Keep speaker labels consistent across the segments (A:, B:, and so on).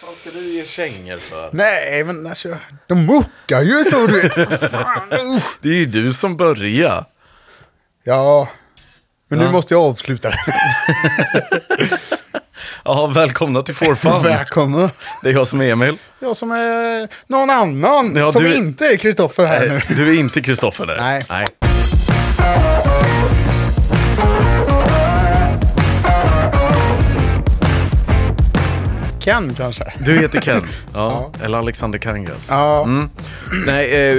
A: fan ska du ge kängor för?
B: Nej, men alltså, de muckar ju så du vet. Fan, usch.
A: Det är ju du som börjar.
B: Ja, men nu måste jag avsluta det.
A: Ja, välkomna till For Fun.
B: Välkomna.
A: Det är jag som är Emil.
B: Jag som är någon annan
A: Ja,
B: som
A: du-
B: inte är Kristoffer här nu.
A: Eh, Du är inte Kristoffer där.
B: Nej.
A: Nej.
B: Ken kanske.
A: Du heter Ken. Ja. Eller Alexander Kangas.
B: Ja,
A: Nej, eh,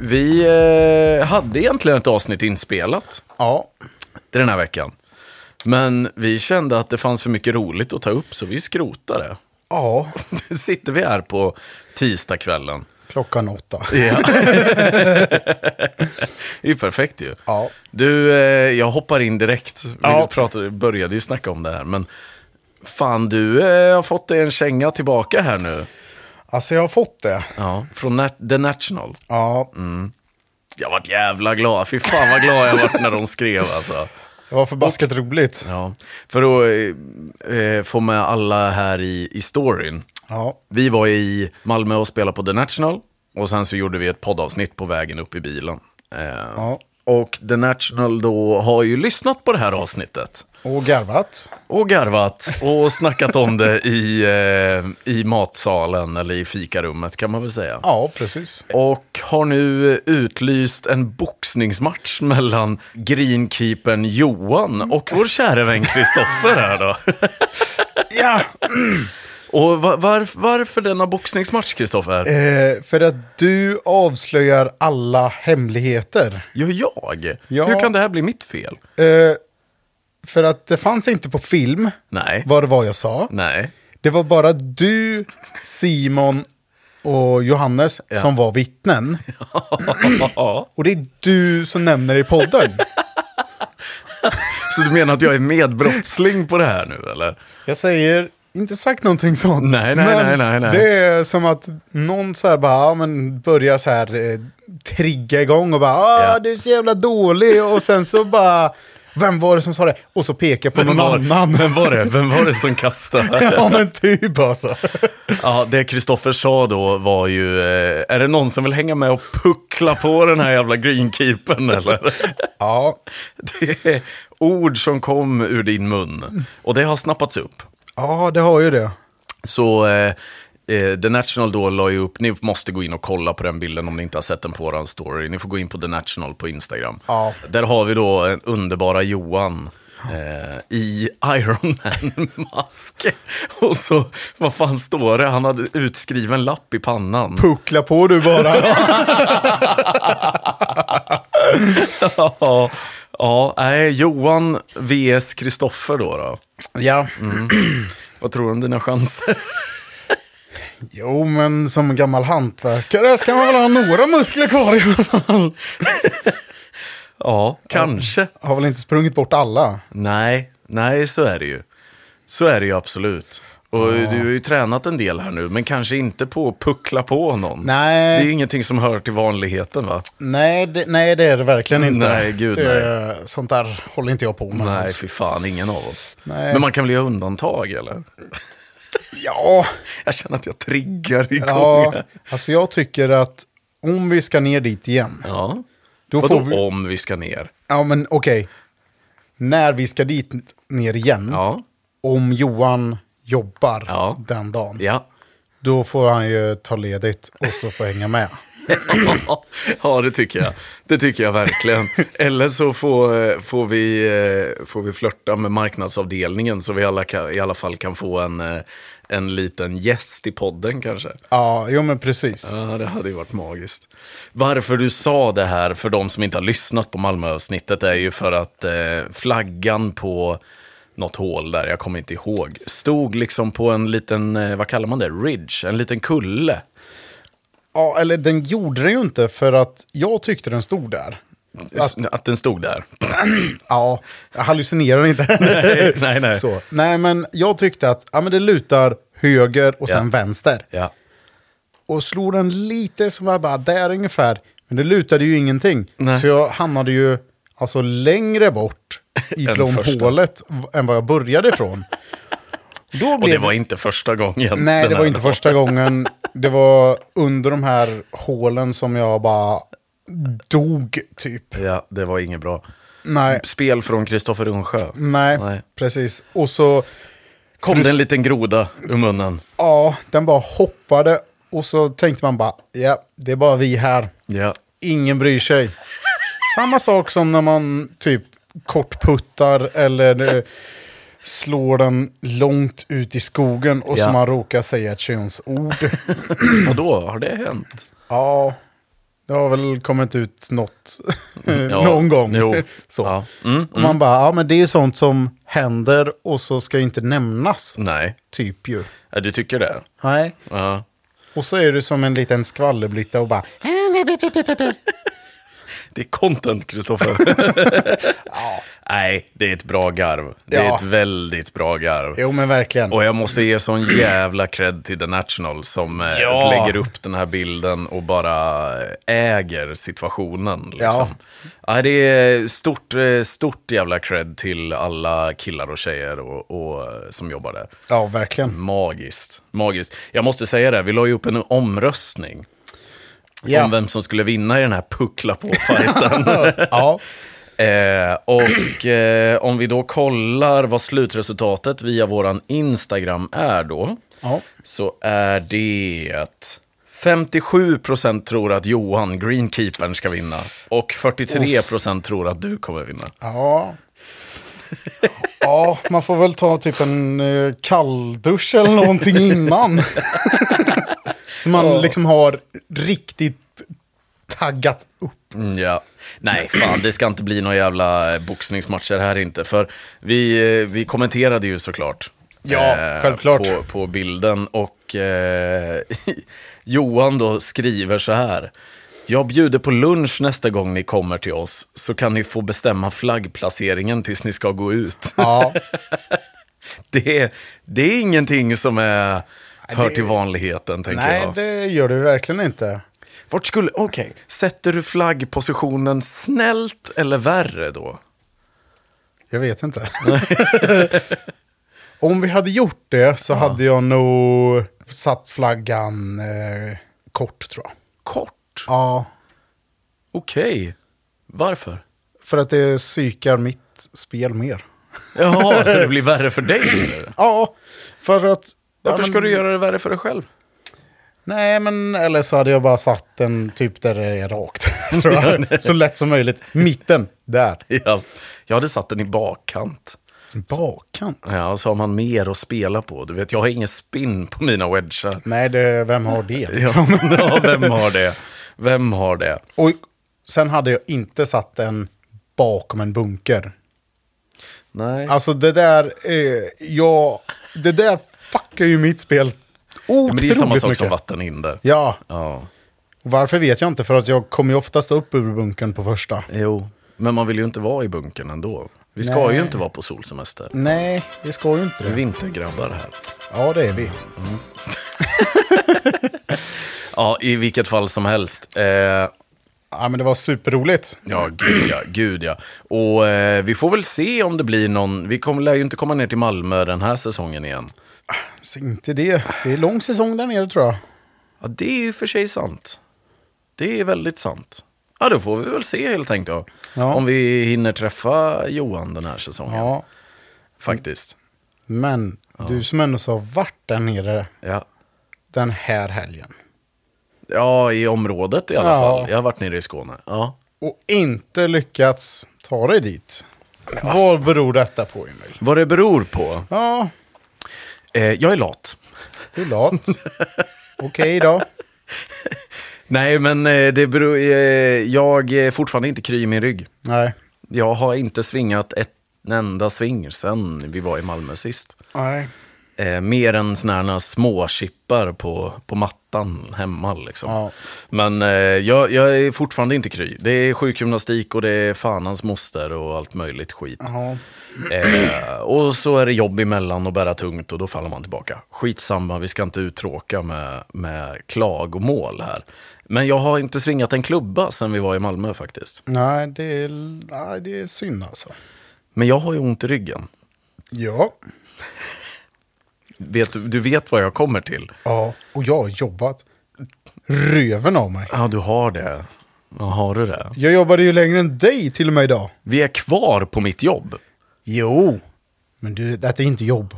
A: vi eh, hade egentligen ett avsnitt inspelat
B: ja.
A: den här veckan. Men vi kände att det fanns för mycket roligt att ta upp, så vi skrotade.
B: ja.
A: Nu sitter vi här på tisdagskvällen.
B: Klockan åtta.
A: Ja. det är ju perfekt ju.
B: Ja.
A: Du, eh, jag hoppar in direkt. Vi
B: Ja.
A: pratade, började ju snacka om det här, men fan du eh, har fått dig en känga tillbaka här nu.
B: Alltså jag har fått det.
A: Ja, från Na- The National.
B: Ja,
A: Jag varit jävla glad. Fy fan vad glad jag varit när de skrev alltså.
B: det var förbaskat roligt.
A: Ja. För att eh, eh, få med alla här i, i storyn.
B: Ja,
A: Vi var i Malmö och spelade på The National. Och sen så gjorde vi ett poddavsnitt på vägen upp i bilen. Eh,
B: ja.
A: Och The National då har ju lyssnat på det här avsnittet.
B: Och garvat.
A: Och garvat och snackat om det i, eh, i matsalen eller i fikarummet kan man väl säga.
B: Ja, precis.
A: Och har nu utlyst en boxningsmatch mellan greenkeepern Johan och vår käre vän Kristoffer här då.
B: Ja,
A: Och va- varf- varför denna boxningsmatch Kristoffer?
B: eh, för att du avslöjar alla hemligheter.
A: Ja, jag?
B: Ja.
A: Hur kan det här bli mitt fel?
B: Eh, för att det fanns inte på film
A: Nej.
B: vad det var jag sa.
A: Nej.
B: Det var bara du, Simon och Johannes som var vittnen. Och det är du som nämner i podden.
A: Så du menar att jag är medbrottsling på det här nu eller?
B: Jag säger inte sagt någonting sånt.
A: Nej, nej,
B: men
A: nej, nej, nej.
B: Det är som att någon så här bara, ja, men börjar så här eh, trigga igång och bara, ah,
A: Ja.
B: du är så jävla dålig och sen så bara, vem var det som sa det? Och så pekar på någon
A: var,
B: annan.
A: Vem var det? Vem var det som kastade?
B: ja men typ alltså.
A: Ja, det Kristoffer sa då var ju, eh, är det någon som vill hänga med och puckla på den här jävla greenkeepern eller?
B: Ja,
A: Det är ord som kom ur din mun och det har snappats upp.
B: ja det har ju det.
A: Så eh, eh, The National då la ju upp, ni måste gå in och kolla på den bilden om ni inte har sett den på våran story. Ni får gå in på The National på Instagram.
B: Ja.
A: Där har vi då en underbara Johan. eh, I Iron Man-mask. Och så, vad fan står det? Han hade utskriven lapp i pannan.
B: Puckla på du bara.
A: Ja, ja nej, Johan vs Kristoffer då, då.
B: ja.
A: mm. Vad tror du om dina chanser?
B: Jo, men som gammal hantverkare ska man väl ha några muskler kvar i alla fall.
A: Ja, kanske.
B: Har väl inte sprungit bort alla.
A: Nej, nej, så är det ju. Så är det ju absolut. Och du har ju tränat en del här nu, men kanske inte på att puckla på någon.
B: Nej.
A: Det är ju ingenting som hör till vanligheten, va?
B: Nej, det, nej, det är det verkligen inte.
A: Nej, gud,
B: det, Sånt där håller inte jag på med.
A: Nej, fy fan, ingen av oss.
B: Nej.
A: Men man kan väl göra undantag, eller?
B: Ja,
A: Jag känner att jag triggar igång.
B: ja,
A: här.
B: alltså jag tycker att om vi ska ner dit igen,
A: ja.
B: då
A: Vadå
B: får vi...
A: om vi ska ner?
B: Ja, men okej. När vi ska dit ner igen,
A: Ja,
B: om Johan jobbar
A: Ja.
B: den dagen,
A: ja.
B: då får han ju ta ledigt och så får jag hänga med.
A: ja, det tycker jag. Det tycker jag verkligen. Eller så får, får, vi, eh, får vi flörta med marknadsavdelningen så vi alla kan, i alla fall kan få en, eh, en liten gäst i podden kanske.
B: Ja, jo men precis.
A: Ja, det hade ju varit magiskt. Varför du sa det här för de som inte har lyssnat på Malmöavsnittet är ju för att eh, flaggan på något hål där, jag kommer inte ihåg, stod liksom på en liten, eh, vad kallar man det, ridge, en liten kulle.
B: Ja, eller den gjorde det ju inte för att jag tyckte den stod där. Att,
A: att den stod där.
B: ja, jag hallucinerar inte.
A: Nej, nej, nej.
B: Så. Nej, men jag tyckte att ja, men det lutar höger och sen
A: Ja.
B: vänster.
A: Ja.
B: Och slog den lite som jag bara där ungefär. Men det lutade ju ingenting.
A: Nej.
B: Så jag hamnade ju alltså längre bort ifrån
A: första.
B: hålet v- än vad jag började ifrån. Då
A: Och det
B: blev
A: var inte första gången.
B: Nej,
A: den
B: det var
A: här
B: inte första gången. Det var under de här hålen som jag bara dog, typ.
A: Ja, det var inget bra.
B: Nej,
A: Spel från Kristoffer Rundsjö.
B: nej,
A: Nej.
B: precis. Och så,
A: Kom det en liten groda ur munnen.
B: ja, den bara hoppade. Och så tänkte man bara, ja, det är bara vi här.
A: Ja.
B: Ingen bryr sig. Samma sak som när man typ kortputtar eller eh, slår den långt ut i skogen och
A: Ja.
B: så man råkar säga ett könsord.
A: Vadå, har det hänt?
B: Ja, det har väl kommit ut något någon gång.
A: Mm. Jo.
B: Så.
A: Ja. Mm,
B: Och man bara, ja men det är ju sånt som händer och så ska ju inte nämnas.
A: Nej,
B: Typ ju.
A: ja, du tycker det?
B: Nej.
A: Ja.
B: Och så är du som en liten skvallerblytta och bara,
A: Det är content, Kristoffer. Nej, det är ett bra garv. Det är
B: Ja.
A: ett väldigt bra garv.
B: jo men verkligen.
A: Och jag måste ge sån jävla cred till The National som eh,
B: Ja.
A: lägger upp den här bilden och bara eh, äger situationen. Liksom. Ja. det är stort, eh, stort jävla cred till alla killar och tjejer och, och, eh, som jobbar där.
B: Ja, verkligen.
A: Mm. Magiskt, magiskt. Jag måste säga det, vi la ju upp en omröstning
B: Ja.
A: om vem som skulle vinna i den här puckla på-fajten.
B: ja.
A: Eh, och eh, om vi då kollar vad slutresultatet via våran Instagram är då,
B: ja.
A: så är det 57% tror att Johan, greenkeepern, ska vinna. Och 43% tror att du kommer vinna.
B: Ja. Ja, man får väl ta typ en eh, kalldusch eller någonting innan. Så man liksom har riktigt taggat upp.
A: Mm, ja. Nej, fan, det ska inte bli några jävla eh, boxningsmatcher här inte. För vi, eh, vi kommenterade ju såklart. eh,
B: Ja, självklart.
A: På, på bilden. Och eh, Johan då skriver så här. Jag bjuder på lunch nästa gång ni kommer till oss, så kan ni få bestämma flaggplaceringen tills ni ska gå ut.
B: Ja,
A: Det, är- det är ingenting som är, hör till vanligheten, tänker
B: nej
A: jag.
B: det gör du verkligen inte.
A: Vart skulle, okej, sätter du flaggpositionen snällt eller värre då?
B: Jag vet inte. Om vi hade gjort det så hade jag nog satt flaggan eh, kort tror jag.
A: Kort?
B: Ja,
A: Okej. Varför?
B: för att det psykar mitt spel mer.
A: Jaha, så det blir värre för dig? eller?
B: Ja, för att...
A: Varför
B: ja,
A: ska
B: men-
A: du göra det värre för dig själv?
B: Nej, men eller så hade jag bara satt den typ där det är rakt. tror jag. Så lätt som möjligt. Mitten, där.
A: Ja, jag hade satt den i bakkant.
B: Bakkant?
A: Ja, så har man mer att spela på. Du vet, jag har ingen spinn på mina wedgar.
B: Nej, det, vem har det?
A: Ja,
B: Liksom?
A: ja, vem har det? Vem har det?
B: Och sen hade jag inte satt den bakom en bunker.
A: Nej.
B: Alltså det där, eh, jag, det där fuckar ju mitt spel otroligt
A: Men det är samma sak
B: mycket.
A: som vattenhinder.
B: Ja,
A: Ja.
B: varför vet jag inte, för att jag kommer ju oftast upp ur bunkern på första.
A: Jo, men man vill ju inte vara i bunkern ändå. Vi ska
B: Nej.
A: ju inte vara på solsemester.
B: Nej, vi ska ju inte
A: Vi är
B: det.
A: vintergrabbar här.
B: Ja, det är vi.
A: Ja, i vilket fall som helst. Eh,
B: Ja, men det var superroligt.
A: Ja, gud ja. Gud ja. Och eh, vi får väl se om det blir någon... Vi kommer, lär ju inte komma ner till Malmö den här säsongen igen.
B: Så inte det. Det är lång säsong där nere tror jag.
A: Ja, det är ju för sig sant. Det är väldigt sant. Ja, då får vi väl se helt enkelt.
B: Ja.
A: Om vi hinner träffa Johan den här säsongen.
B: Ja.
A: Faktiskt.
B: Men du som ändå så har varit där nere
A: Ja.
B: den här helgen.
A: ja, i området i alla
B: Ja.
A: fall. Jag har varit nere i Skåne. Ja.
B: Och inte lyckats ta dig dit. Vad beror detta på Emil?
A: Vad det beror på?
B: Ja,
A: Eh, jag är lat.
B: du är lat. Okej då.
A: Nej, men eh, det beror... Eh, jag är fortfarande inte kry i min rygg.
B: Nej.
A: Jag har inte svingat ett enda sving sen vi var i Malmö sist.
B: Nej.
A: Eh, mer än sådana här småchippar på, på mattan hemma. Liksom.
B: Ja.
A: Men eh, jag, jag är fortfarande inte kry. Det är sjukgymnastik och det är fan hans moster och allt möjligt skit.
B: Ja.
A: Eh, och så är det jobb emellan och bära tungt och då faller man tillbaka. Skitsamma, vi ska inte uttråka med, med klagomål här. Men jag har inte svingat en klubba sen vi var i Malmö faktiskt.
B: Nej, det är, nej, det är synd alltså.
A: Men jag har ju ont i ryggen.
B: Ja.
A: Vet, du vet vad jag kommer till?
B: Ja, och jag har jobbat röven av mig.
A: Ja, du har det. Ja, har du det?
B: Jag jobbade ju längre än dig till och med idag.
A: Vi är kvar på mitt jobb.
B: Jo, men du, detta är inte jobb.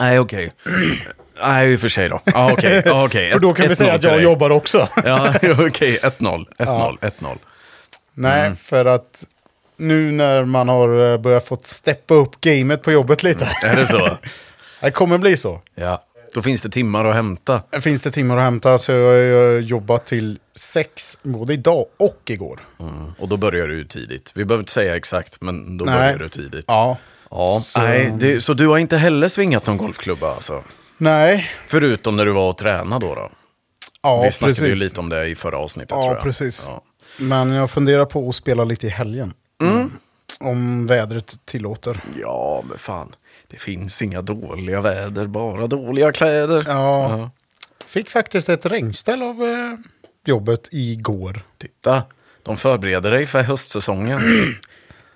A: Nej, okej. Nej, i och för sig då. Ja, okej. ja, okej.
B: För då kan
A: Ett-
B: vi säga
A: 1-0
B: att
A: till
B: jag
A: dig.
B: jobbar också.
A: Ja, okej. 1-0. 1-0. 1-0.
B: Nej,
A: Mm.
B: för att nu när man har eh, börjat fått steppa upp gamet på jobbet lite.
A: Är det så?
B: Det kommer bli så.
A: Ja. Då finns det timmar att hämta.
B: Finns det timmar att hämta så jag har ju jobbat till sex, både idag och igår.
A: Och då börjar du tidigt. Vi behöver inte säga exakt, men då
B: Nej.
A: börjar du tidigt.
B: Ja.
A: Ja,
B: Så-
A: nej, det, så du har inte heller svingat någon golfklubba alltså?
B: Nej.
A: Förutom när du var och tränade då? då.
B: Ja,
A: Vi snackade
B: precis.
A: ju lite om det i förra avsnittet
B: Ja,
A: tror jag.
B: precis.
A: Ja. Mm.
B: Men jag funderar på att spela lite i helgen. Mm. Om vädret tillåter.
A: ja, men fan. Det finns inga dåliga väder, bara dåliga kläder.
B: Ja. Fick faktiskt ett regnställ av eh, jobbet igår.
A: Titta, de förbereder dig för höstsäsongen.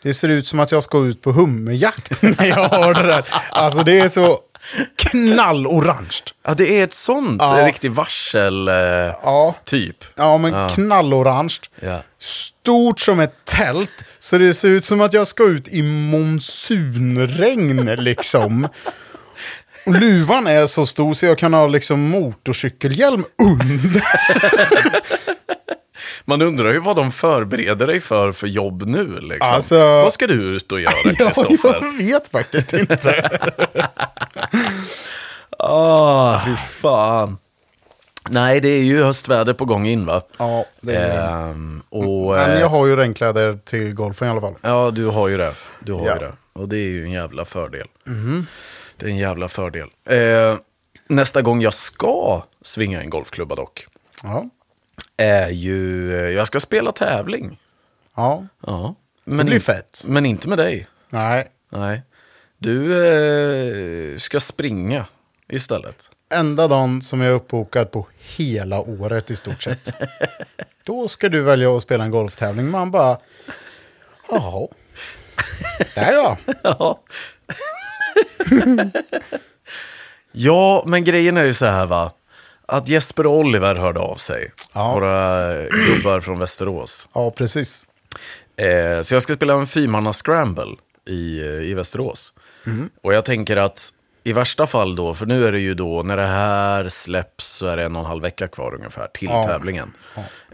B: Det ser ut som att jag ska ut på hummerjakt när jag har det där. Alltså det är så knallorange.
A: ja, det är ett sånt
B: Ja.
A: ja. riktigt varsel eh,
B: Ja.
A: typ.
B: Ja, men knallorange.
A: Ja.
B: Stort som ett tält. Så det ser ut som att jag ska ut i monsunregn liksom. Och luvan är så stor så jag kan ha liksom motorcykelhjälm under.
A: Man undrar ju vad de förbereder dig för för jobb nu. Liksom.
B: Alltså-
A: Vad ska du ut och göra,
B: Ja,
A: Kristoffer?
B: jag vet faktiskt inte.
A: Ah, fy fan. Nej, det är ju höstväder på gång in va?
B: Ja, det är det.
A: Ehm, och,
B: Men
A: eh,
B: jag har ju regnkläder till golfen i alla fall.
A: Ja, du har ju det. Du har
B: Ja. Mhm.
A: ju det. Och det är ju en jävla fördel. Det är en jävla fördel. Eh, nästa gång jag ska svinga en golfklubba dock,
B: Ja.
A: är ju... eh, Jag ska spela tävling.
B: ja.
A: Ja. Men
B: blir
A: in-
B: fett.
A: Men inte med dig.
B: Nej.
A: Nej. Du eh, ska springa istället.
B: Enda dagen som jag är uppbokad på hela året i stort sett. Då ska du välja att spela en golftävling. Man bara... Jaha. Där ja.
A: Ja. ja, men grejen är ju så här va. Att Jesper och Oliver hörde av sig.
B: Ja.
A: Våra gubbar från Västerås.
B: Ja, precis.
A: Eh, så jag ska spela en fyrmanna scramble i, eh, i Västerås. Och jag tänker att i värsta fall då, för nu är det ju då, när det här släpps så är det en och en halv vecka kvar ungefär till
B: Ja.
A: tävlingen.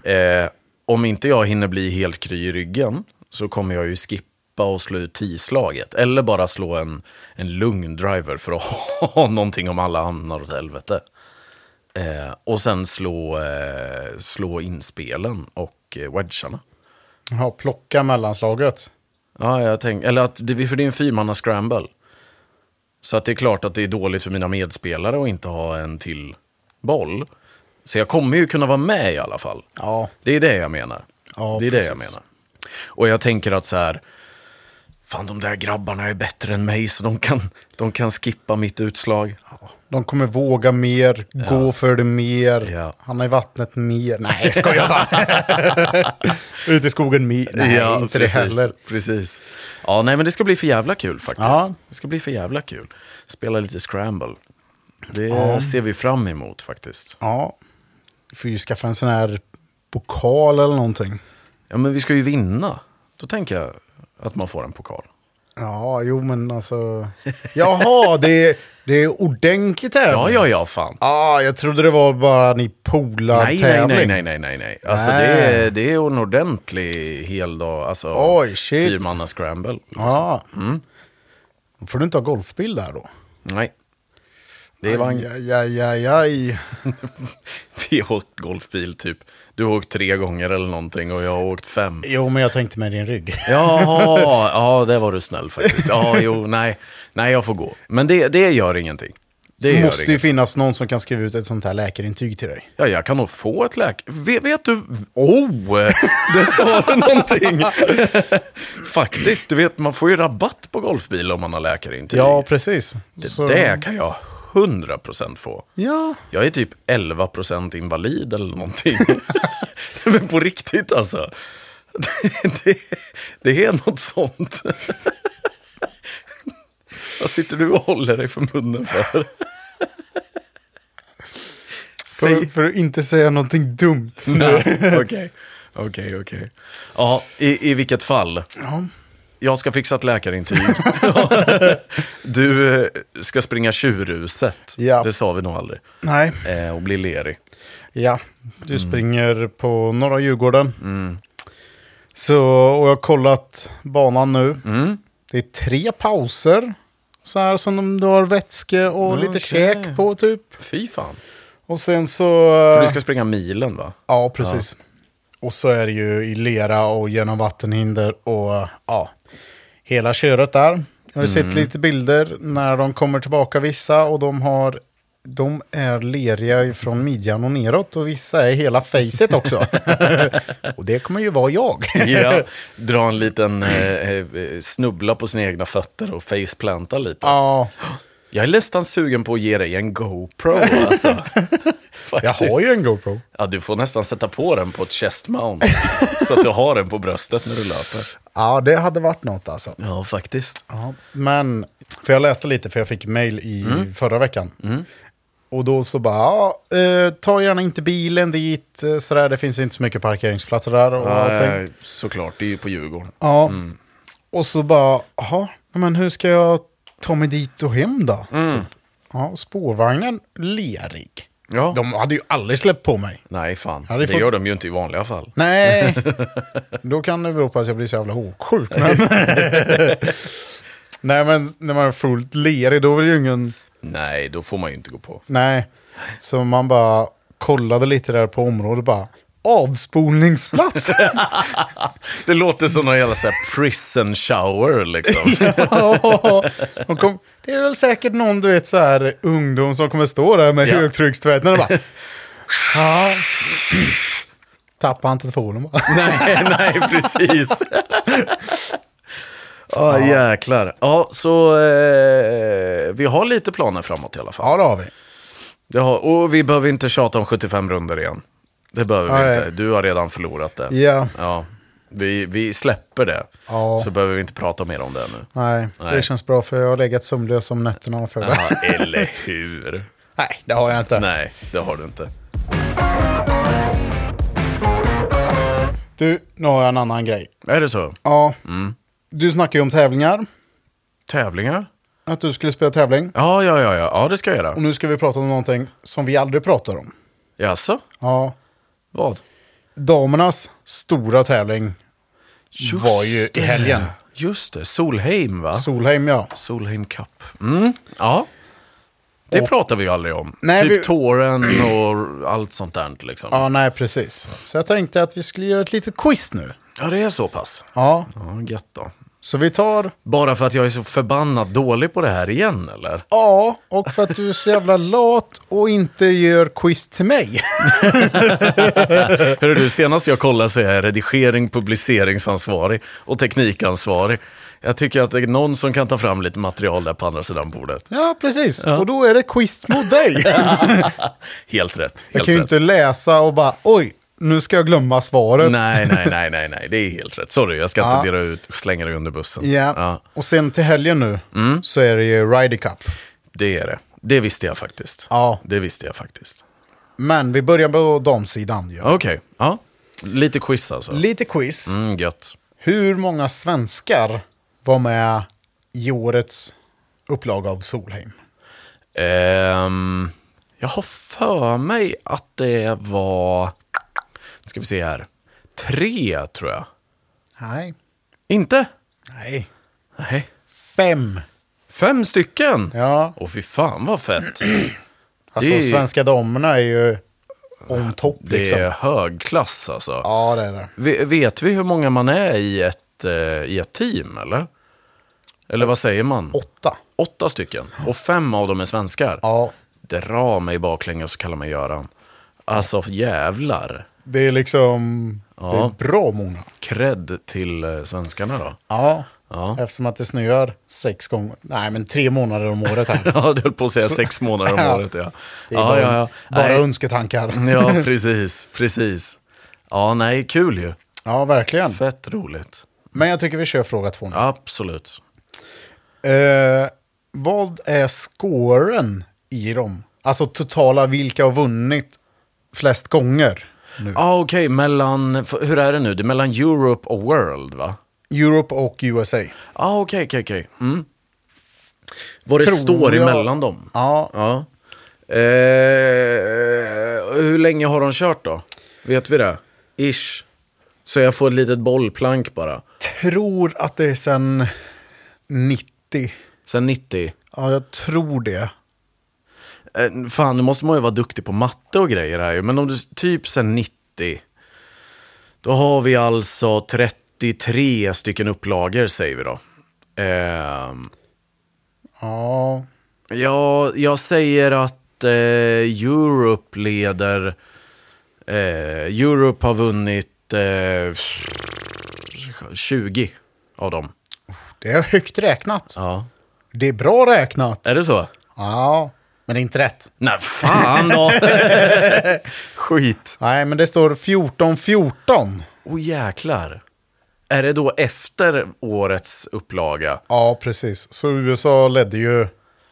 A: Eh, om inte jag hinner bli helt kry i ryggen så kommer jag ju skippa och slå ut tioslaget. Eller bara slå en, en lugn driver för att ha någonting om alla hamnar åt helvete. Eh, och sen slå, eh, slå inspelen och eh, wedgarna.
B: Ja, plocka mellanslaget.
A: Ja, jag tänkte, eller att, det- för det är en fyrmanna scramble. Så att det är klart att det är dåligt för mina medspelare att inte ha en till boll. Så jag kommer ju kunna vara med i alla fall.
B: Ja.
A: Det är det jag menar.
B: Ja,
A: det är det jag
B: precis.
A: menar. Och jag tänker att så här, fan de där grabbarna är bättre än mig så de kan, de kan skippa mitt utslag.
B: De kommer våga mer, gå för det mer,
A: Ja.
B: hamna i vattnet mer. Nej, ska jag bara. Ut i skogen mer. Nej,
A: Ja,
B: inte
A: precis,
B: det heller.
A: Precis. Ja, nej men det ska bli för jävla kul faktiskt.
B: Ja.
A: Det ska bli för jävla kul. Spela lite scramble. Det ser vi fram emot faktiskt.
B: Ja. Vi får ju skaffa en sån här pokal eller någonting.
A: Ja, men vi ska ju vinna. Då tänker jag att man får en pokal.
B: Ja, jo men alltså... Jaha, det är, det är ordentligt här.
A: Ja, ja, ja, fan.
B: Ah, jag trodde det var bara ni
A: Nej, nej,
B: polartävling.
A: nej, nej, nej, nej, nej. Alltså det är, det är en ordentlig heldag, alltså
B: Oj, shit.
A: fyrmanna scramble.
B: Ja.
A: mm.
B: Då får du inte ha golfbil där då.
A: Nej. Det var en...
B: Aj, aj, aj, aj, aj.
A: Vi har åkt golfbil typ. Du har åkt tre gånger eller någonting och jag har åkt fem.
B: Jo, men jag tänkte med din rygg.
A: Jaha, ja det var du snäll faktiskt. Ja, jo, nej. Nej, jag får gå. Men det, det gör ingenting. Det
B: Det
A: gör
B: måste ju
A: ingenting.
B: finnas någon som kan skriva ut ett sånt här läkarintyg till dig.
A: Ja, jag kan nog få ett läk... Vet, vet du... Oh! Det sa du någonting! Faktiskt, du vet, man får ju rabatt på golfbil om man har läkarintyg.
B: precis.
A: det där kan jag 100% få.
B: Ja.
A: Jag är typ 11% invalid eller någonting. Nej, Men på riktigt alltså. Det, det, det är något sånt. Vad sitter du och håller dig för munnen för?
B: För,
A: Säg...
B: för att inte säga någonting dumt.
A: Nej, Okej, okej, okej. Ja, i, i vilket fall.
B: Ja.
A: Jag ska fixa ett läkarintyg. du eh, ska springa tjurruset.
B: Ja.
A: Det sa vi nog aldrig.
B: Nej,
A: Eh, och bli lerig.
B: ja. Du
A: Mm.
B: springer på Norra Djurgården. Så, och jag har kollat banan nu.
A: Mm.
B: Det är tre pauser. Så här som de- du har vätske och lite
A: Okej.
B: käk på typ.
A: Fy fan.
B: Och sen så...
A: För du ska springa milen va?
B: Ja, precis. Och så är det ju i lera och genom vattenhinder och ja, hela köret där. Jag har ju sett lite bilder när de kommer tillbaka vissa och de har de är leriga från midjan och neråt och vissa är hela facet också. och det kommer ju vara jag.
A: Ja, dra en liten eh, eh, snubbla på sina egna fötter och faceplanta lite.
B: ja,
A: Jag är nästan sugen på att ge dig en GoPro alltså.
B: jag
A: Faktiskt.
B: har ju en GoPro.
A: Ja, du får nästan sätta på den på ett chest mount. så att du har den på bröstet när du löper.
B: Ja, det hade varit något alltså.
A: Ja, faktiskt.
B: Ja, men, för jag läste lite för jag fick mail i
A: Mm.
B: förra veckan. Och då så bara, ja, eh, ta gärna inte bilen dit, eh, sådär, det finns inte så mycket parkeringsplatser där. Och, allting.
A: Nej, eh, Mm. såklart, det är ju på Djurgården.
B: ja. och så bara, jaha, men hur ska jag ta mig dit och hem då?
A: Mm.
B: Typ. Ja, spårvagnen, lerig.
A: Ja.
B: De hade ju aldrig släppt på mig.
A: Nej, fan.
B: Ja, det
A: det
B: är fort-
A: gör de ju inte i vanliga fall.
B: Nej, då kan det bero på att jag blir så jävla håksjuk. Men... Nej, men när man är fullt lerig, då vill ju ingen...
A: Nej, då får man ju inte gå på.
B: Nej, så man bara kollade lite där på området bara. Avspolningsplats!
A: Det låter som någon jävla så här prison shower liksom.
B: ja, de kom, det är väl säkert någon du vet så här ungdom som kommer stå där med
A: Ja.
B: högtryckstvätten och bara. Ja. Tappa inte telefonen bara.
A: nej, nej, precis. Ja, jäklar. Ja, så eh, vi har lite planer framåt i alla fall.
B: Ja, det har vi.
A: Det har, och vi behöver inte tjata om 75 runder igen. Det behöver vi
B: Nej.
A: inte. Du har redan förlorat det.
B: Ja,
A: Ja, vi, vi släpper det.
B: Ja.
A: Så behöver vi inte prata mer om det nu.
B: nej,
A: Nej.
B: det känns bra för jag har legat sömnlös om nätterna för det.
A: Ja, eller hur?
B: Nej, det har jag inte.
A: Nej, det har du inte.
B: Du, nu har jag en annan grej.
A: Är det så?
B: Ja, du snackar ju om tävlingar.
A: Tävlingar?
B: Att du skulle spela tävling.
A: Ja, ja, ja, ja. ja det ska jag göra.
B: Och nu ska vi prata om någonting som vi aldrig pratar om.
A: Jaså?
B: Ja,
A: Vad?
B: damernas stora tävling var ju i
A: det.
B: helgen.
A: Just det. Solheim, va?
B: Solheim ja.
A: Solheim Cup. Mm, ja. Det
B: Och-
A: pratar vi ju aldrig om.
B: Nej,
A: typ
B: vi-
A: Toren och allt sånt där liksom. Ja.
B: Ja, nej precis. Så jag tänkte att vi skulle göra ett litet quiz nu.
A: det är så pass.
B: Ja,
A: Ja, gött då.
B: så vi tar
A: Bara för att jag är så förbannat dålig på det här igen, eller?
B: A och för att du är så jävla lat och inte gör quiz till mig. Eh.
A: Hörru du, senast jag kollade så är jag redigering, publiceringsansvarig och teknikansvarig. Jag tycker att det är någon som kan ta fram lite material där på andra sidan bordet.
B: Ja, precis. Och då är det quiz mot dig.
A: Helt rätt. Helt
B: Jag kan ju
A: rätt.
B: inte läsa och bara oj, nu ska jag glömma svaret.
A: Nej, nej, nej, nej, nej, det är helt rätt. Sorry, jag ska
B: Ja.
A: inte dela ut, slänga dig under bussen.
B: Ja. Mm.
A: Ja,
B: Och sen till helgen nu så är det ju Ryder Cup.
A: det är det. Det visste jag faktiskt.
B: Ja.
A: Det visste jag faktiskt.
B: Men vi börjar på damsidan. Ja.
A: Okej, ja. Lite quiz alltså.
B: Lite quiz.
A: Mm, gött.
B: Hur många svenskar var med i årets upplaga av Solheim?
A: Ehm, jag har för mig att det var, nu ska vi se här, tre tror jag.
B: Nej.
A: Inte?
B: Nej.
A: Nej.
B: Fem.
A: Fem stycken?
B: Ja.
A: Åh fy fan vad fett.
B: Alltså
A: Det är-
B: svenska damerna är ju on top
A: Det
B: liksom.
A: är högklass alltså.
B: Ja, det är det.
A: Ve- Vet vi hur många man är i ett, eh, i ett team eller? Eller vad säger man?
B: Åtta.
A: Åtta stycken. Och fem av dem är svenskar.
B: Ja.
A: Dra mig baklänges så kallar man Göran. Alltså jävlar.
B: Det är liksom... Det
A: Ja.
B: är bra många.
A: Cred till eh, svenskarna då.
B: Ja.
A: Ja.
B: Eftersom att det snöar sex gånger. Nej, men tre månader om året här.
A: Ja, du höll på att säga sex månader om
B: Ja.
A: året. Ja,
B: Det är
A: ja,
B: bara,
A: ja. ja.
B: bara
A: Nej.
B: önsketankar.
A: ja precis. Precis. Ja, nej, kul ju.
B: Ja, verkligen.
A: Fett roligt.
B: Men jag tycker vi kör fråga två nu.
A: Absolut.
B: Eh, vad är scoren i dem? Alltså totala vilka har vunnit flest gånger nu?
A: Ja, ah, okej, mellan, f- hur är det nu? Det är mellan Europe och World, va?
B: Europe och USA.
A: Ja, ah, okej, okej, okej. Mm. Vad det
B: Tror
A: står
B: jag-
A: emellan dem.
B: Ja,
A: Ja. Eh, hur länge har de kört då? Vet vi det? Ish. Så jag får ett litet bollplank bara.
B: tror att det är sen 90.
A: Sen 90.
B: Ja, jag tror det.
A: Eh, fan, nu måste man ju vara duktig på matte och grejer här ju. Men om du, typ sen 90. Då har vi alltså 33 stycken upplagor säger vi då. Ehm,
B: Ja,
A: ja, jag säger att eh, Europe leder. Eh, Europe har vunnit eh, 20 av dem.
B: det är högt räknat.
A: Ja.
B: Det är bra räknat.
A: Är det så?
B: Ja, men det är inte rätt.
A: Nej, fan då! Skit.
B: Nej, men det står 14-14.
A: Åh jäklar. Är det då efter årets upplaga?
B: Ja, precis. Så USA ledde ju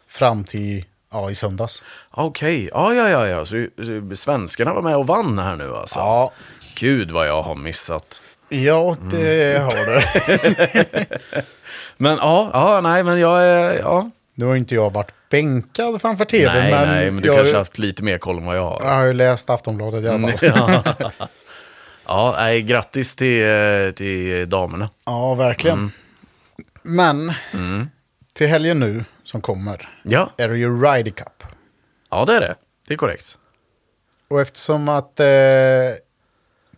B: fram till ja, i söndags.
A: Ah, Okej, ja ja ja ja. Så, så svenskarna var med och vann här nu alltså.
B: Ja,
A: Gud vad jag har missat.
B: ja det har du.
A: Men ja, ja nej men jag är, ja.
B: Nu har inte jag varit bänkad framför tv.
A: Nej
B: men
A: nej men du
B: jag,
A: kanske har haft lite mer koll än vad jag
B: jag
A: har.
B: har ju läst Aftonbladet i alla fall.
A: Ja, nej grattis till, eh, till damerna.
B: Ja, verkligen.
A: Mm.
B: Men till helgen nu som kommer
A: Ja,
B: är det ju Ryder Cup.
A: ja det är det. Det är korrekt.
B: Och eftersom att eh,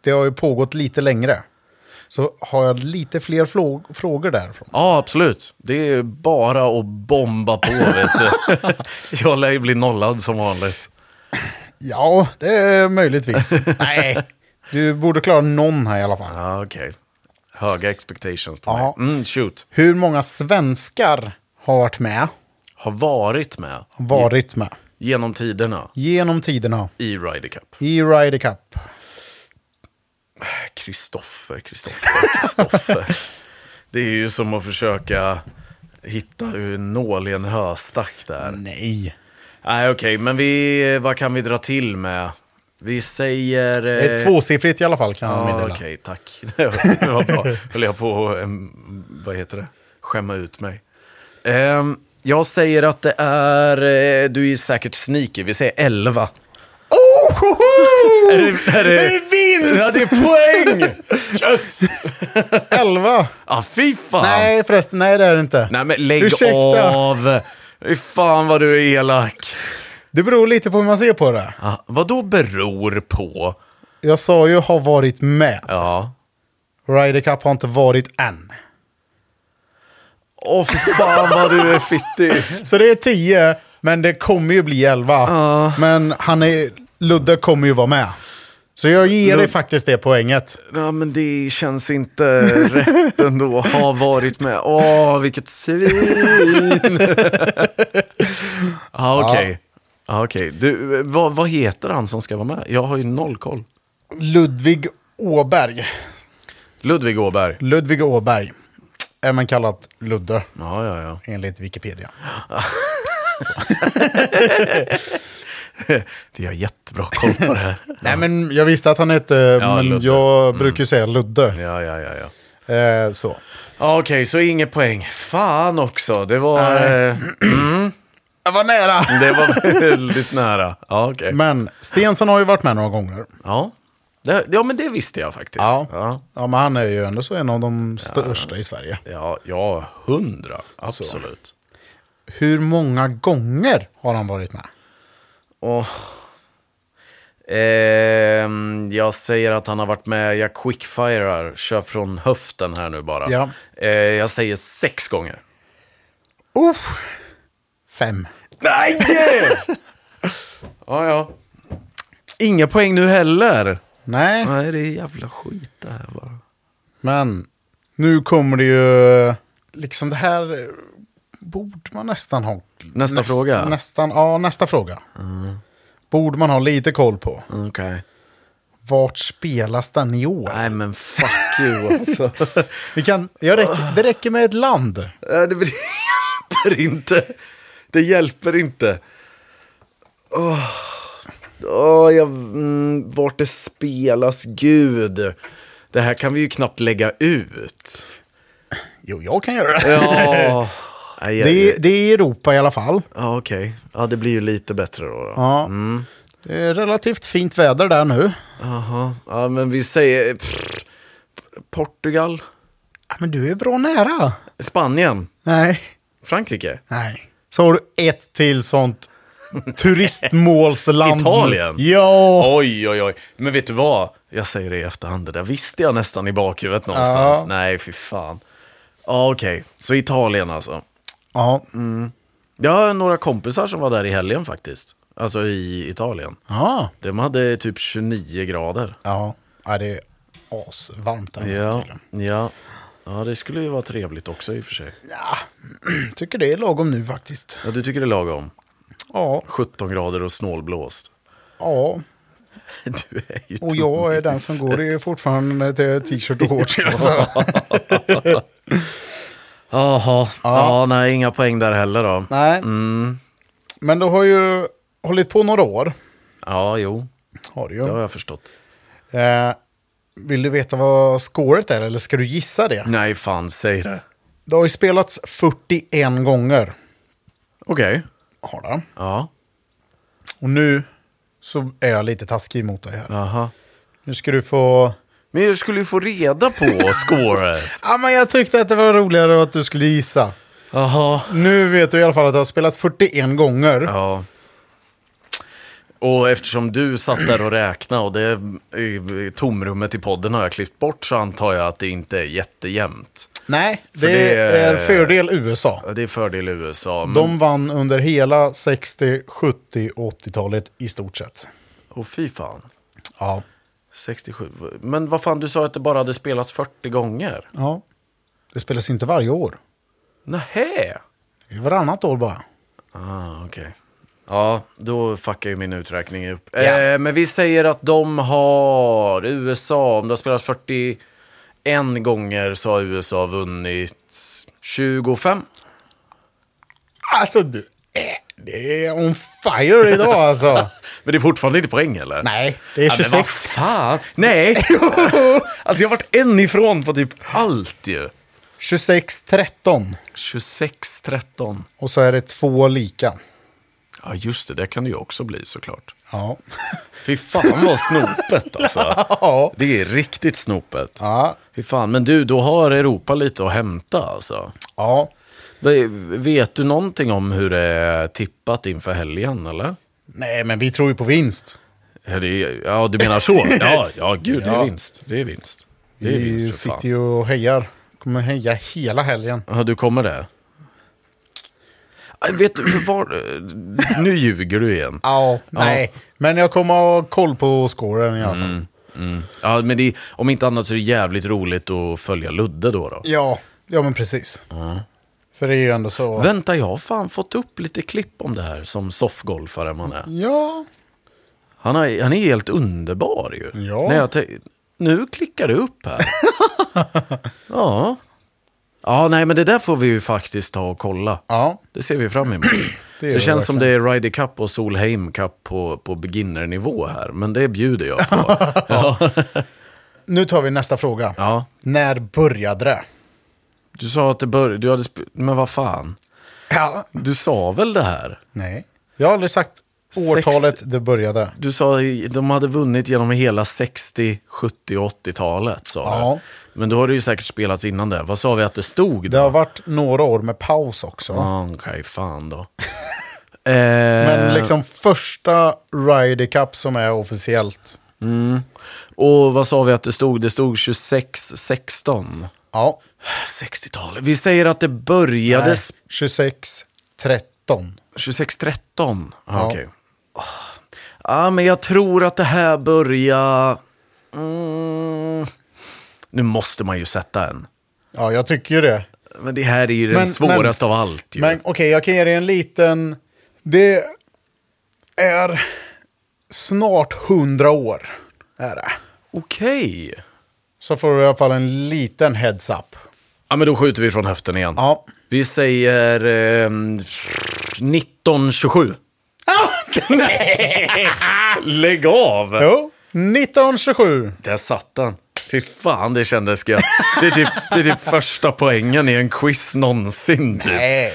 B: det har ju pågått lite längre så har jag lite fler flå- frågor därifrån.
A: Ja, absolut. Det är bara att bomba på, vet du. Jag lär ju bli nollad som vanligt.
B: Ja, det är möjligtvis. Nej, du borde klara någon här i alla fall.
A: Ja, okej. Höga expectations på
B: Ja.
A: mig. Mm, shoot.
B: Hur många svenskar har varit med,
A: Har varit med
B: varit med,
A: genom tiderna
B: genom tiderna
A: i Ryder Cup.
B: i Ryder Cup?
A: Kristoffer, Kristoffer, Kristoffer. Det är ju som att försöka hitta en nål i en höstack där.
B: Nej.
A: Nej, okej, men vi, vad kan vi dra till med? Vi säger... eh,
B: Det är tvåsiffrigt i alla fall kan jag
A: Ja,
B: meddela.
A: Ah, okej, tack. Det var bra. Höll jag på att, em, vad heter det, skämma ut mig. Ehm, jag säger att det är, eh, du är säkert sneaky, vi säger 11. Är det, är det,
B: Det är vinst!
A: Ja, det är poäng! Yes!
B: 11!
A: Ah, fy fan!
B: Nej förresten, nej det är det inte.
A: Nej, men lägg
B: Ursäkta.
A: av! Fy fan vad du är elak.
B: Det beror lite på hur man ser på det.
A: Ah, vad då beror på?
B: Jag sa ju har varit med.
A: Ja.
B: Ryder Cup har inte varit än.
A: Åh, fy fan vad du är fittig.
B: Så det är 10, men det kommer ju bli 11. Men han är, Ludde kommer ju vara med. Så jag ger dig faktiskt det poänget.
A: Ja, men det känns inte rätt ändå. Ha varit med. Åh, vilket svin! ja, okej. Ja, okej. Du, vad, vad heter han som ska vara med? Jag har ju noll koll.
B: Ludvig Åberg.
A: Ludvig Åberg.
B: Ludvig Åberg. Även kallat Ludde,
A: Ja, ja, ja.
B: enligt Wikipedia.
A: Vi har jättebra koll på det här.
B: Nej, men jag visste att han hette, men
A: Ludde. Mm.
B: jag brukar ju säga Ludde.
A: Ja, ja, ja, ja.
B: Eh, så.
A: Ja, Okej, så inget poäng. Fan också, det var, eh,
B: Jag var nära!
A: det var väldigt nära. Ja, okej.
B: Men Stensson har ju varit med några gånger.
A: Ja. Det, ja, men det visste jag faktiskt.
B: Ja.
A: ja.
B: Ja, men han är ju ändå så en av de största i Sverige.
A: Ja, ja, hundra. Absolut.
B: Hur många gånger har han varit med?
A: Och, ehm, jag säger att han har varit med, jag quickfirar, kör från höften här nu bara.
B: Ja.
A: Eh, jag säger sex gånger.
B: Uff. Fem.
A: Nej! ja, ja. Inga poäng nu heller.
B: Nej,
A: Nej, det är jävla skit det här bara.
B: men nu kommer det ju... Liksom det här eh, borde man nästan ha.
A: Nästa fråga. Mm.
B: Nästan, ja, nästa fråga. Borde man ha lite koll på.
A: Okej.
B: Vart spelas den i år?
A: Nej, men fuck you alltså.
B: Vi kan, jag räcker, det räcker med ett land.
A: Eh, det blir inte. Det hjälper inte. Åh, Åh, jag, mm, vart det spelas, gud. Det här kan vi ju knappt lägga ut.
B: Jo, jag kan göra det.
A: Ja, Nej, jag-
B: Det är, det är Europa i alla fall.
A: ja okej. Ja, det blir ju lite bättre då. då.
B: Ja. Det är relativt fint väder där nu.
A: Jaha, ja, men vi säger pff, Portugal,
B: Ja, men du är bra nära.
A: Spanien,
B: Nej.
A: Frankrike,
B: Nej. Så har du ett till sånt turistmålsland.
A: Italien.
B: Ja.
A: Oj, oj, oj. Men vet du vad? Jag säger det i efterhand, det där visste jag nästan i bakhuvudet någonstans.
B: Ja.
A: Nej, fy fan. Ja, okej. Så Italien alltså.
B: Ja.
A: Jag har några kompisar som var där i helgen faktiskt. Alltså i Italien.
B: Ja.
A: De hade typ 29 grader.
B: Ja. ja, det är asvarmt där.
A: Ja,
B: tydligen.
A: ja. Ja, det skulle ju vara trevligt också i och för sig.
B: Tycker det är lagom nu faktiskt.
A: Ja, du tycker det är lagom?
B: Ja.
A: 17 grader och snålblåst.
B: Ja.
A: Du är ju
B: Och jag är den som går i fortfarande till t-shirt och shorts. Alltså.
A: Jaha, ja. nej, inga poäng där heller då.
B: Nej.
A: Mm.
B: Men du har ju hållit på några år.
A: Ja, jo,
B: Har du
A: det
B: ju.
A: har jag förstått.
B: Eh, vill du veta vad scoret är eller ska du gissa det?
A: Nej, fan, säg det.
B: Det har ju spelats 41 gånger.
A: Okej.
B: Har det.
A: Ja,
B: Och nu så är jag lite taskig mot dig här.
A: aha.
B: Nu ska du få...
A: Men jag skulle ju få reda på scoret.
B: Ja, men jag tyckte att det var roligare att du skulle gissa.
A: Jaha.
B: Nu vet du i alla fall att det har spelats 41 gånger.
A: Ja. Och eftersom du satt där och räknade och det eh, tomrummet i podden har jag klippt bort så antar jag att det inte är jättejämnt.
B: Nej, det,
A: det är- Mm.
B: är fördel USA.
A: Ja, Det är fördel USA. Men...
B: De vann under hela 60, 70 och 80-talet i stort sett.
A: Och fy fan.
B: Ja.
A: 67. Men vad fan, du sa att det bara hade spelats 40 gånger?
B: ja. Det spelas inte varje år.
A: Nähä?
B: Det är varannat år bara.
A: Ah, okej. Ja, då fuckar ju min uträkning upp.
B: Ja.
A: Eh, men vi säger att de har, USA, om det har spelat 41 gånger så har USA vunnit 25.
B: Alltså du, äh, det är on fire idag alltså.
A: Men det är fortfarande inte poäng eller?
B: Nej, det är
A: Ja, men vad
B: 26.
A: fan? Nej! alltså jag har varit en ifrån på typ allt ju.
B: 26, 13.
A: 26-13.
B: Och så är det två lika.
A: Ja just det, det kan det ju också bli såklart.
B: Ja.
A: Fy fan vad snopet alltså. Det är riktigt snopet.
B: Ja.
A: Fy fan, men du, då har Europa lite att hämta alltså.
B: ja.
A: Ve- Vet du någonting om hur det är tippat inför helgen, eller?
B: Nej, men vi tror ju på vinst.
A: Ja, det är, ja du menar så? Ja, ja gud, det är
B: Ja.
A: vinst. Det är vinst. Det är
B: Vi
A: vinst, för fan.
B: sitter ju och hejar. Kommer heja hela helgen.
A: Ja, du kommer det? Aj, Äh, Vet du, var, nu ljuger du igen.
B: Ja, nej. Men jag kommer ha koll på scoren i alla fall.
A: Ja, men det, är- om inte annat så är det jävligt roligt att följa Ludde då. då.
B: Ja, ja men precis. För det är ju ändå så.
A: Vänta, jag har fan fått upp lite klipp om det här som soffgolfare man är.
B: Ja.
A: Han, har, han är helt underbar ju.
B: Ja.
A: När jag te- nu klickar det upp här. ja. Ja, nej, men det där får vi ju faktiskt ta och kolla.
B: Ja.
A: Det ser vi fram emot.
B: Det
A: Det,
B: gör vi
A: känns som det är Ryder Cup och Solheim Cup på, på beginnernivå här, men det bjuder jag på. ja.
B: Nu tar vi nästa fråga.
A: ja.
B: När började det?
A: Du sa att det började, du hade sp- men vad fan.
B: Ja.
A: Du sa väl det här?
B: Nej. Jag har aldrig sagt årtalet det började.
A: Du sa i- de hade vunnit genom hela 60, 70 och 80-talet. Sa
B: Ja.
A: du. Men då har det ju säkert spelats innan det. Vad sa vi att det stod?
B: Det
A: Då?
B: har varit några år med paus också.
A: Ja. Okej, fan då.
B: Men
A: eh,
B: liksom första Ryder Cup som är officiellt.
A: Och vad sa vi att det stod? Det stod 26, 16.
B: Ja.
A: 60-talet. Vi säger att det började
B: Nej,
A: sp-
B: 26, 13.
A: 26, 13.
B: Ja.
A: Ja. Okej. Ah. Ja, men jag tror att det här börjar... Mm. Nu måste man ju sätta en.
B: Ja, jag tycker ju det.
A: Men det här är ju den
B: Men-
A: svåraste av allt ju.
B: Men okej, jag kan ge dig en liten... Det är snart 100 år. Är det.
A: Okej.
B: Så får du i alla fall en liten heads up.
A: Ja, men då skjuter vi från höften igen.
B: Ja.
A: Vi säger... ehm, 1927.
B: Ah,
A: Nej! Lägg av!
B: Jo, 1927.
A: Där satt den. Fy fan, det kändes gött. Det är typ, det är typ första poängen i en quiz någonsin. Typ.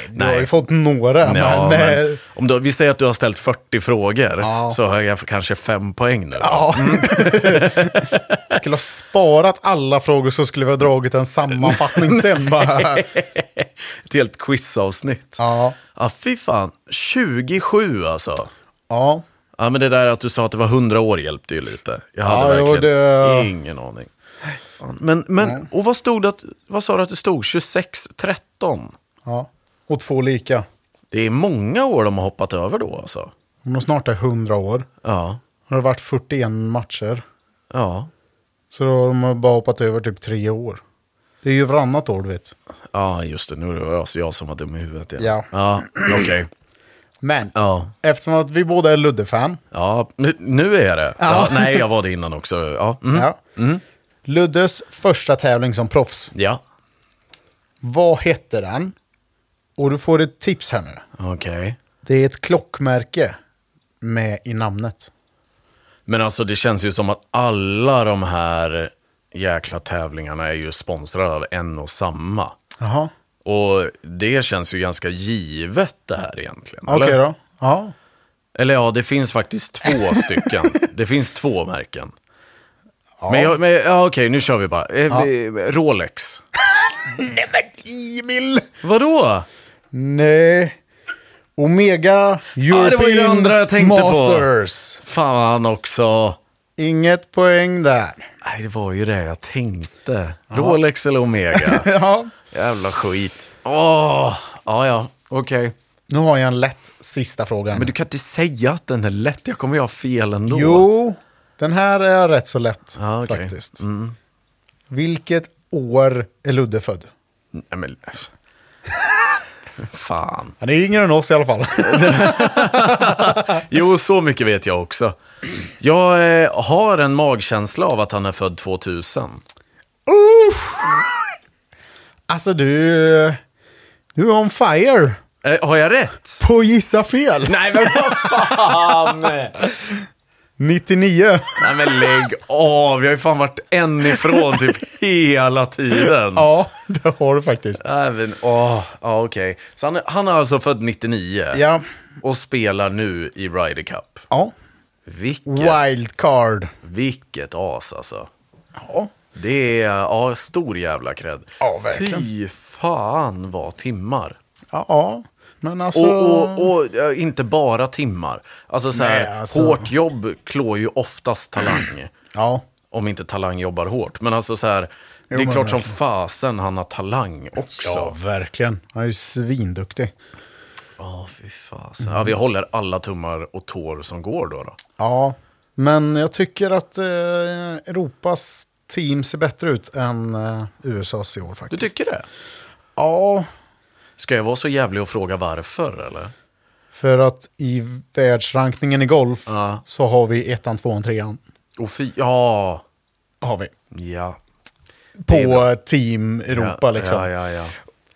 B: du har ju fått några.
A: Ja,
B: men, eh,
A: men om du, vi säger att du har ställt 40 frågor,
B: Ja.
A: så har jag kanske fem poäng nu. då.
B: Ja. skulle ha sparat alla frågor så skulle vi ha dragit en sammanfattning sen. Bara.
A: Ett helt quizavsnitt. Ja.
B: Ja.
A: fy fan. 27 alltså.
B: ja.
A: Ja, men det där att du sa att det var 100 år hjälpte ju lite. Jag
B: Ja,
A: hade
B: jo,
A: verkligen
B: det-
A: ingen aning. Fan. Men, men och vad stod det att, vad sa du att det stod? 26, 13?
B: ja. Och två lika.
A: Det är många år de har hoppat över då alltså.
B: Om de snart är 100 år.
A: Ja,
B: Har det varit 41 matcher.
A: ja,
B: Så då har de bara hoppat över typ tre år. Det är ju varannat år, du vet.
A: ja just det. Nu var det alltså jag som var dum i huvudet igen.
B: Ja.
A: ja okej.
B: Men
A: Ja.
B: eftersom att vi båda är Ludde-fan.
A: Ja, nu, nu är jag det. Ja. nej, jag var det innan också. Ja. Mm.
B: Ja. Luddes första tävling som proffs.
A: ja.
B: Vad hette den? Och du får ett tips här nu.
A: Okej.
B: Det är ett klockmärke med i namnet.
A: Men alltså det känns ju som att alla de här jäkla tävlingarna är ju sponsrade av en och samma.
B: Jaha.
A: Och det känns ju ganska givet det här egentligen.
B: Okej
A: eller?
B: då. Ja.
A: eller ja, det finns faktiskt två stycken. Det finns två märken. Men, jag, men ja, okej, nu kör vi bara. Eh, eh, Rolex.
B: Nej men Emil!
A: Vadå?
B: Nej. Omega European
A: var ju det andra jag tänkte på.
B: Masters.
A: Fan också.
B: Inget poäng där.
A: Nej, det var ju det jag tänkte. Rolex eller Omega?
B: Ja.
A: Jävla skit. Åh! Ja, ja. Okej.
B: Nu har jag en lätt sista fråga.
A: Men du kan inte säga att den är lätt. Jag kommer ju ha fel ändå.
B: Jo, den här är rätt så lätt
A: Ja, okej. Mm.
B: faktiskt. Vilket år är Ludde född?
A: Nej, men... Fan.
B: Han är yngre än oss i alla fall.
A: Jo, så mycket vet jag också. Jag eh, har en magkänsla av att han är född 2000.
B: alltså du... Du är on fire
A: Eh, har jag rätt?
B: på gissa fel.
A: Nej, men vad fan! Nej,
B: 99.
A: men lägg av. Jag har ju fan varit en ifrån typ hela tiden.
B: ja, det har du faktiskt.
A: Nej, men åh, ja okej. Så han, är- han är alltså född 99
B: Ja.
A: och spelar nu i Ryder Cup.
B: ja.
A: Vilket,
B: Wildcard.
A: vilket as alltså.
B: Ja.
A: Det är, ja, stor jävla cred.
B: Ja, verkligen.
A: Fy fan vad timmar.
B: ja. Men alltså...
A: Och, och, och ja, inte bara timmar. Alltså så här,
B: Nej, alltså.
A: hårt jobb klår ju oftast talang.
B: Ja.
A: Om inte talang jobbar hårt. Men alltså så här, det är
B: men
A: klart som fasen han har talang också.
B: ja, verkligen. Han är ju svinduktig.
A: Ja, fy fasen. Ja, vi håller alla tummar och tår som går då. då.
B: Ja, men jag tycker att eh, Europas team ser bättre ut än eh, USAs i år
A: Du
B: faktiskt.
A: tycker det?
B: Ja,
A: Ska jag vara så jävlig och fråga varför, eller?
B: för att i världsrankningen i golf
A: Ja.
B: så har vi ettan, tvåan, trean.
A: Och fy... Ja!
B: Har vi.
A: Ja. är
B: På
A: bra.
B: eh, team Europa
A: ja,
B: liksom.
A: Ja, ja, ja.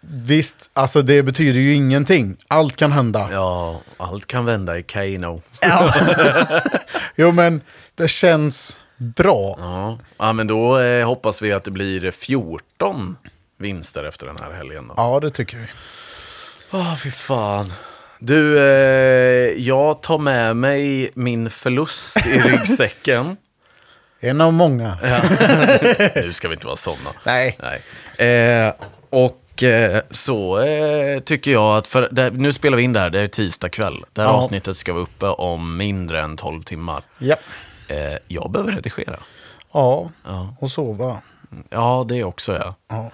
B: Visst, alltså det betyder ju ingenting. Allt kan hända.
A: Ja, allt kan vända i Kano.
B: Jo, men det känns bra.
A: Ja. ja, men då eh, hoppas vi att det blir 14 vinster efter den här helgen. Då. Ja,
B: Ja, det tycker vi.
A: fy fan. Du, eh, jag tar med mig min förlust i ryggsäcken.
B: En av många.
A: nu ska vi inte vara sådana.
B: Nej.
A: Nej. Eh, och eh, så eh, tycker jag att, för det, nu spelar vi in det här, det är tisdag kväll. Det här
B: Ja.
A: avsnittet ska vara uppe om mindre än 12 timmar.
B: Ja.
A: Eh, jag behöver redigera.
B: Ja. och sova.
A: Ja, det också ja.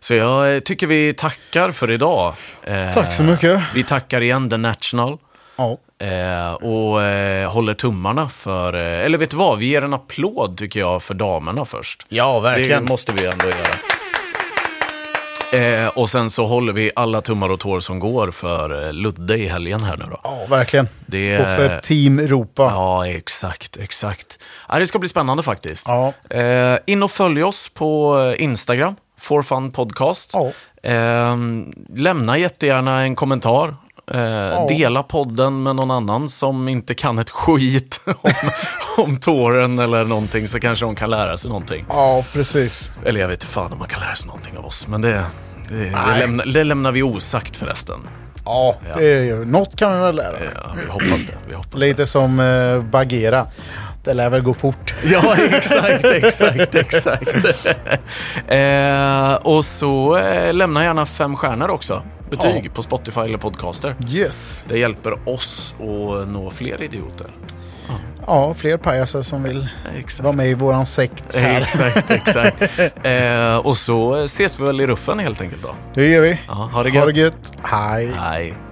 A: Så jag eh, tycker vi tackar för idag. Eh,
B: Tack så mycket.
A: Vi tackar igen The National.
B: Ja.
A: Eh, och eh, håller tummarna för, eh, eller vet du vad, vi ger en applåd tycker jag för damerna först.
B: Ja,
A: Det måste vi ändå göra. Eh, och sen så håller vi alla tummar och tår som går för eh, Ludde i helgen här nu då.
B: Ja, verkligen.
A: Det-
B: Och för Team Europa.
A: Ja, exakt, exakt. Ja, det ska bli spännande faktiskt.
B: Ja.
A: Eh, in och följ oss på eh, Instagram, forfunpodcast.
B: Ja.
A: Eh, lämna jättegärna Ehm, en kommentar. Eh, Dela podden med någon annan som inte kan ett skit om, om tåren eller någonting så kanske de kan lära sig någonting.
B: Ja, precis.
A: Eller jag vet inte fan om man kan lära sig någonting av oss, men det, det, det, lämnar, det lämnar vi osagt förresten.
B: Ja, det är ju, något kan vi väl lära.
A: Ja, vi hoppas det. Vi hoppas det.
B: Lite som eh, Bagheera. Det lär väl gå fort.
A: Ja, exakt, exakt, exakt. eh, och så eh, lämna gärna fem stjärnor också. Betyg på Spotify eller Podcaster.
B: Yes.
A: Det hjälper oss att nå fler idioter.
B: Ja, fler pajaser som vill
A: Exakt.
B: vara med i våran sekt här.
A: Exakt, exakt. eh, och så ses vi väl i ruffen helt enkelt då.
B: Det gör vi.
A: Ja, ha det
B: Ha det
A: gött.
B: gött. Hej.
A: Hej.